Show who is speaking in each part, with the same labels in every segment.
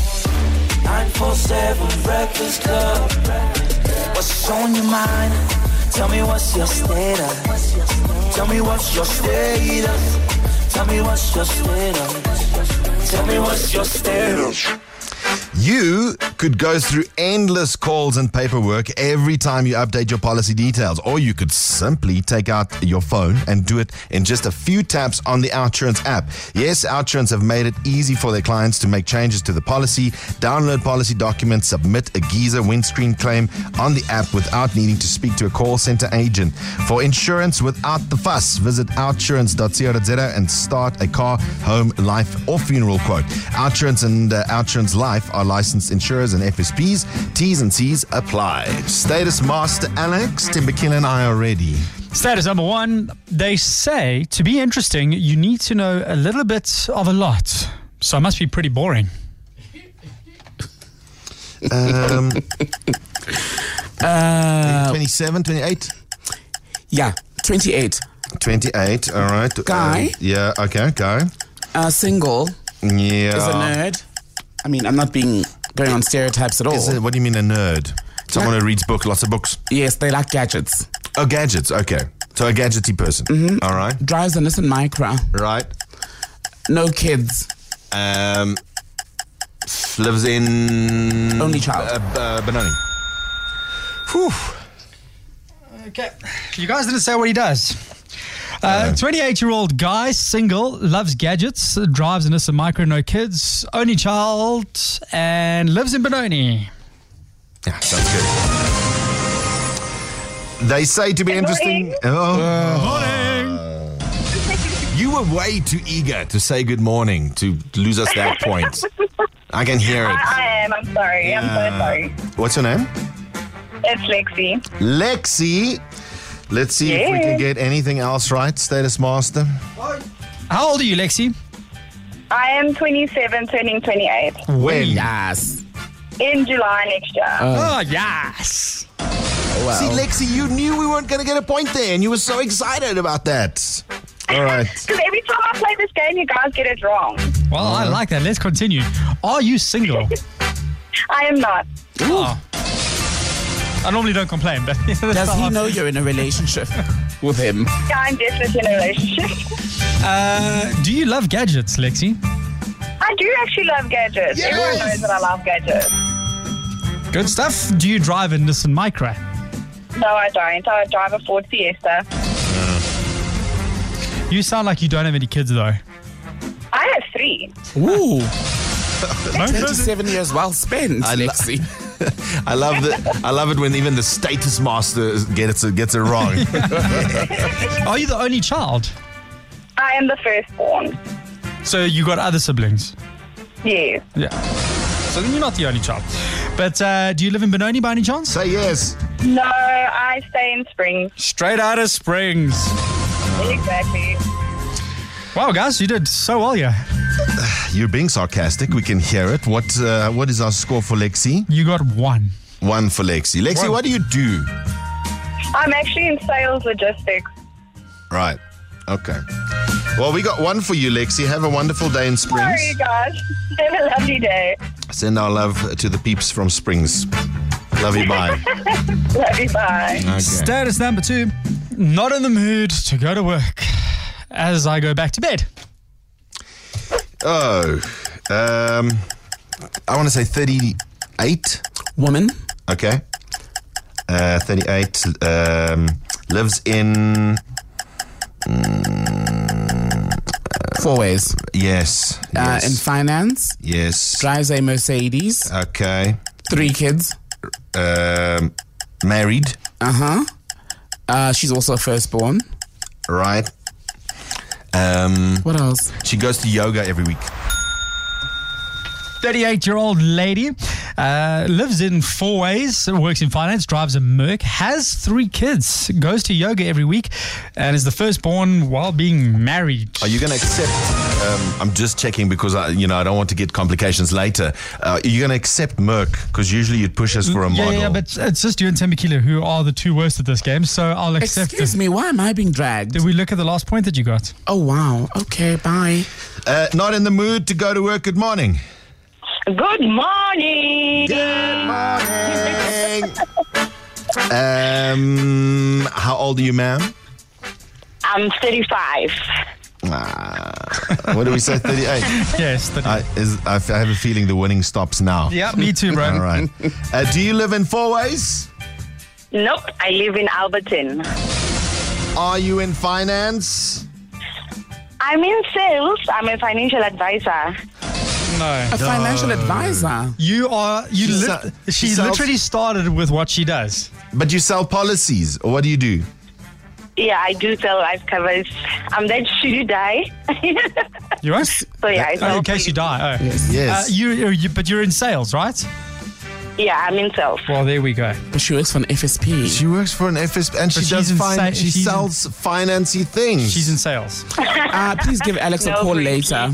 Speaker 1: 947 Breakfast Club. What's on your mind? Tell me what's your status. Tell me what's your status. Tell me what's your status. Tell me what's your status.
Speaker 2: You could go through endless calls and paperwork every time you update your policy details, or you could simply take out your phone and do it in just a few taps on the Outurance app. Yes, Outurance have made it easy for their clients to make changes to the policy, download policy documents, submit a Giza windscreen claim on the app without needing to speak to a call center agent. For insurance without the fuss, visit outsurance.co.za and start a car, home, life, or funeral quote. Outsurance and uh, Outsurance Life are licensed insurers and FSPs. T's and C's apply. Status Master Alex, Timberkill and I are ready.
Speaker 3: Status number one, they say to be interesting, you need to know a little bit of a lot. So I must be pretty boring.
Speaker 2: Um,
Speaker 4: Uh,
Speaker 2: 27, 28?
Speaker 4: yeah, 28.
Speaker 2: 28, all right.
Speaker 4: Guy.
Speaker 2: Um, yeah, okay, guy.
Speaker 4: Uh, single
Speaker 2: Yeah.
Speaker 4: is a nerd. I mean, I'm not being going on stereotypes at all.
Speaker 2: Is it- what do you mean a nerd? Someone who reads book, lots of books.
Speaker 4: yes, they like gadgets.
Speaker 2: Oh, gadgets. Okay. So a gadgety person.
Speaker 4: Mm-hmm.
Speaker 2: All right.
Speaker 4: Drives a Nissan Micra.
Speaker 2: Right.
Speaker 4: No kids.
Speaker 2: Um, lives in.
Speaker 4: Only child.
Speaker 2: Uh, uh, Benoni.
Speaker 3: Okay. You guys didn't say what he does. Uh-huh. 28 year old guy, single, loves gadgets, drives an Issa Micro, no kids, only child, and lives in Benoni.
Speaker 2: Yeah, sounds good. They say to be interesting. Oh. You were way too eager to say good morning to lose us that point. I can hear it.
Speaker 5: I am. I'm sorry. I'm so sorry.
Speaker 2: What's your name?
Speaker 5: It's Lexi.
Speaker 2: Lexi. Let's see if we can
Speaker 5: Yeah.
Speaker 2: get anything else right, Status Master.
Speaker 3: How old are you, Lexi?
Speaker 5: I am 27, turning 28
Speaker 2: When?
Speaker 4: Yes.
Speaker 5: in July next year.
Speaker 3: Oh, yes.
Speaker 2: See, Lexi, you knew we weren't going to get a point there, and you were so excited about that. All right.
Speaker 5: Because every time I play this game, you guys get it wrong.
Speaker 3: Well, I like that. Let's continue. Are you single?
Speaker 5: I am not.
Speaker 3: Oh. I normally don't complain, but
Speaker 4: Does he know you're in a relationship with him?
Speaker 5: Yeah, I'm definitely in a relationship.
Speaker 3: Uh, do you love gadgets, Lexi?
Speaker 5: I do actually love gadgets. Everyone knows that I love gadgets.
Speaker 3: Good stuff. Do you drive a Nissan Micra?
Speaker 5: No, I don't. I drive a Ford Fiesta.
Speaker 3: You sound like you don't have any kids, though.
Speaker 5: I have three.
Speaker 4: Ooh,
Speaker 3: No kids?
Speaker 4: 27 years well spent,
Speaker 2: lo-
Speaker 4: Alexi.
Speaker 2: I love that. I love it when even the status master gets it gets it wrong.
Speaker 3: Are you the only child?
Speaker 5: I am the firstborn.
Speaker 3: So you got other siblings?
Speaker 5: Yes.
Speaker 3: Yeah. So then you're not the only child. But uh, do you live in Benoni by any chance?
Speaker 2: Say yes.
Speaker 5: No, I stay in Springs.
Speaker 3: Straight out of Springs.
Speaker 5: Exactly.
Speaker 3: Wow, guys, you did so well, yeah.
Speaker 2: You're being sarcastic. We can hear it. What uh, What is our score for Lexi?
Speaker 3: You got one.
Speaker 2: One for Lexi. Lexi,
Speaker 3: One.
Speaker 2: what do you do?
Speaker 5: I'm actually in sales logistics.
Speaker 2: Right. Okay. Well, we got one for you, Lexi. Have a wonderful day in Springs.
Speaker 5: Sorry, guys. Have a lovely day.
Speaker 2: Send our love to the peeps from Springs. Love you. Bye.
Speaker 5: Love you. Bye.
Speaker 2: Okay.
Speaker 3: Status number two. Not in the mood to go to work as I go back to bed.
Speaker 2: Oh, um, I want to say thirty-eight.
Speaker 4: Woman,
Speaker 2: Okay. Uh, 38. Um, lives in.
Speaker 4: four ways.
Speaker 2: Yes.
Speaker 4: Uh,
Speaker 2: yes. Uh,
Speaker 4: in finance,
Speaker 2: yes.
Speaker 4: drives a Mercedes,
Speaker 2: Okay.
Speaker 4: three kids.
Speaker 2: Um, married.
Speaker 4: Uh-huh. Uh, she's also a firstborn.
Speaker 2: Right. Um,
Speaker 4: What else?
Speaker 2: she goes to yoga every week.
Speaker 3: 38 year old lady. Uh, lives in four ways, works in finance, drives a Merc, has three kids, goes to yoga every week, and is the firstborn while being married.
Speaker 2: Are you going to accept? Um, I'm just checking because I, you know, I don't want to get complications later. Uh, are you going to accept Merck? Because usually you'd push us for a
Speaker 3: Mm, yeah,
Speaker 2: model.
Speaker 3: yeah, yeah, but it's just you and Tim Bakila who are the two worst at this game, so I'll accept
Speaker 4: Excuse
Speaker 3: it.
Speaker 4: me, why am I being dragged?
Speaker 3: Did we look at the last point that you got?
Speaker 4: Oh, wow. Okay, bye.
Speaker 2: uh, not in the mood to go to work. Good morning.
Speaker 5: Good morning.
Speaker 2: Good morning. um, how old are you, ma'am?
Speaker 5: I'm 35.
Speaker 2: Ah, what do we say? Thirty-eight.
Speaker 3: Yes. The,
Speaker 2: I, is, I, f- I have a feeling the winning stops now.
Speaker 3: yeah, me too, bro.
Speaker 2: All right. Uh, do you live in Four Ways?
Speaker 5: Nope, I live in Alberton.
Speaker 2: Are you in finance?
Speaker 5: I'm in sales. I'm a financial advisor.
Speaker 3: No.
Speaker 4: A financial advisor.
Speaker 3: You are you.
Speaker 2: She
Speaker 3: Li-
Speaker 2: sell-
Speaker 3: she
Speaker 2: she sells-
Speaker 3: literally started with what she does.
Speaker 2: But you sell policies, or what do you do?
Speaker 5: Yeah, I do sell life covers. I'm that should you die.
Speaker 3: You are.
Speaker 5: so yeah, I sell.
Speaker 3: in case you die. Oh. Uh,
Speaker 2: Yes.
Speaker 3: you, you- you- but you're in sales, right?
Speaker 5: Yeah, I'm in sales.
Speaker 3: Well, there we go.
Speaker 4: But she works for an FSP.
Speaker 2: She works for an FSP and she
Speaker 3: she's
Speaker 2: does
Speaker 3: in
Speaker 2: fin-
Speaker 3: sa-
Speaker 2: she
Speaker 3: she's in-
Speaker 2: sells financy
Speaker 4: Mm.
Speaker 2: things.
Speaker 3: She's in sales.
Speaker 4: uh, please give Alex a
Speaker 5: No,
Speaker 4: call
Speaker 5: Ricky.
Speaker 4: later.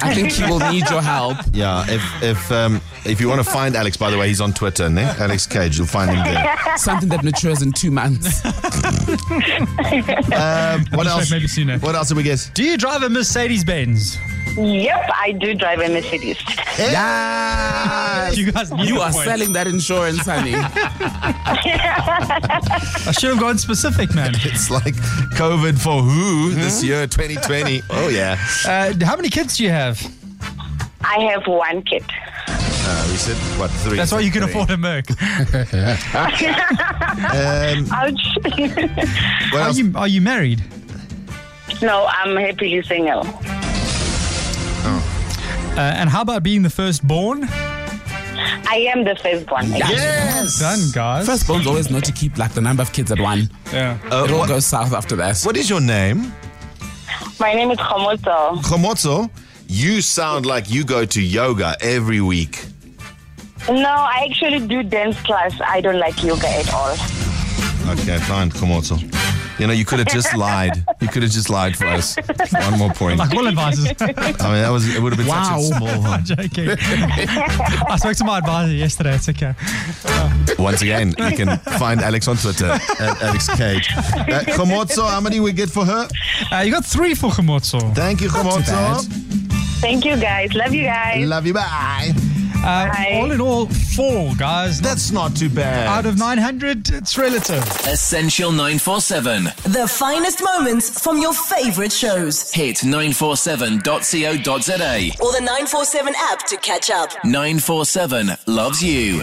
Speaker 4: I think she will need your help.
Speaker 2: yeah, if if um, if you want to find Alex, by the way, he's on Twitter, ne? Alex Cage. You'll find him there.
Speaker 4: Something that matures in two months.
Speaker 2: Um, what
Speaker 3: Just
Speaker 2: else?
Speaker 3: like maybe sooner.
Speaker 2: What else did we get?
Speaker 3: Do you drive a Mercedes Benz?
Speaker 5: Yep, I do drive a Mercedes.
Speaker 2: Yeah.
Speaker 3: You guys, need
Speaker 4: You
Speaker 3: the
Speaker 4: are
Speaker 3: point.
Speaker 4: selling that insurance, honey.
Speaker 3: I should have gone specific, man.
Speaker 2: It's like COVID for who this year, 2020. Oh yeah.
Speaker 3: Uh, how many kids do you have?
Speaker 5: I have one kid.
Speaker 2: Uh, we said what three?
Speaker 3: That's why you can
Speaker 2: Three.
Speaker 3: afford a Merc.
Speaker 2: Um,
Speaker 5: Ouch.
Speaker 2: what
Speaker 3: Are
Speaker 2: else?
Speaker 3: you are you married?
Speaker 5: no, I'm happily single.
Speaker 3: Uh, and how about being the firstborn?
Speaker 5: I am the firstborn.
Speaker 2: yes.
Speaker 3: Done, guys.
Speaker 4: First bone's always not to keep like the number of kids at one.
Speaker 3: Yeah.
Speaker 2: Uh,
Speaker 4: It all
Speaker 2: what-
Speaker 4: goes south after that.
Speaker 2: what is your name?
Speaker 5: My name is Komoto.
Speaker 2: Komotso, you sound like you go to yoga every week.
Speaker 5: No, I actually do dance class. I don't like yoga at all.
Speaker 2: Okay, fine, Komotso. You know, you could have just lied. You could have just lied for us. One more point. I
Speaker 3: Like all advisors.
Speaker 2: mean, that was it. Would have been such a small one.
Speaker 3: Joking. I spoke to my advisor yesterday. It's okay.
Speaker 2: Once again, you can find Alex on Twitter at Alex Cage. Uh, Komotso, how many we get for her?
Speaker 3: Uh, you got three for Komotso.
Speaker 2: Thank you,
Speaker 4: bad.
Speaker 2: Komotso.
Speaker 5: Thank you guys. Love you guys.
Speaker 2: Love you. Bye.
Speaker 3: Uh,
Speaker 5: Hi.
Speaker 3: all in all, four guys.
Speaker 2: That's not too bad.
Speaker 3: out of 900, it's relative.
Speaker 6: Essential 947.
Speaker 7: The finest moments from your favorite shows.
Speaker 6: Hit 947.co.za.
Speaker 7: Or the 947 app to catch up.
Speaker 6: 947 loves you.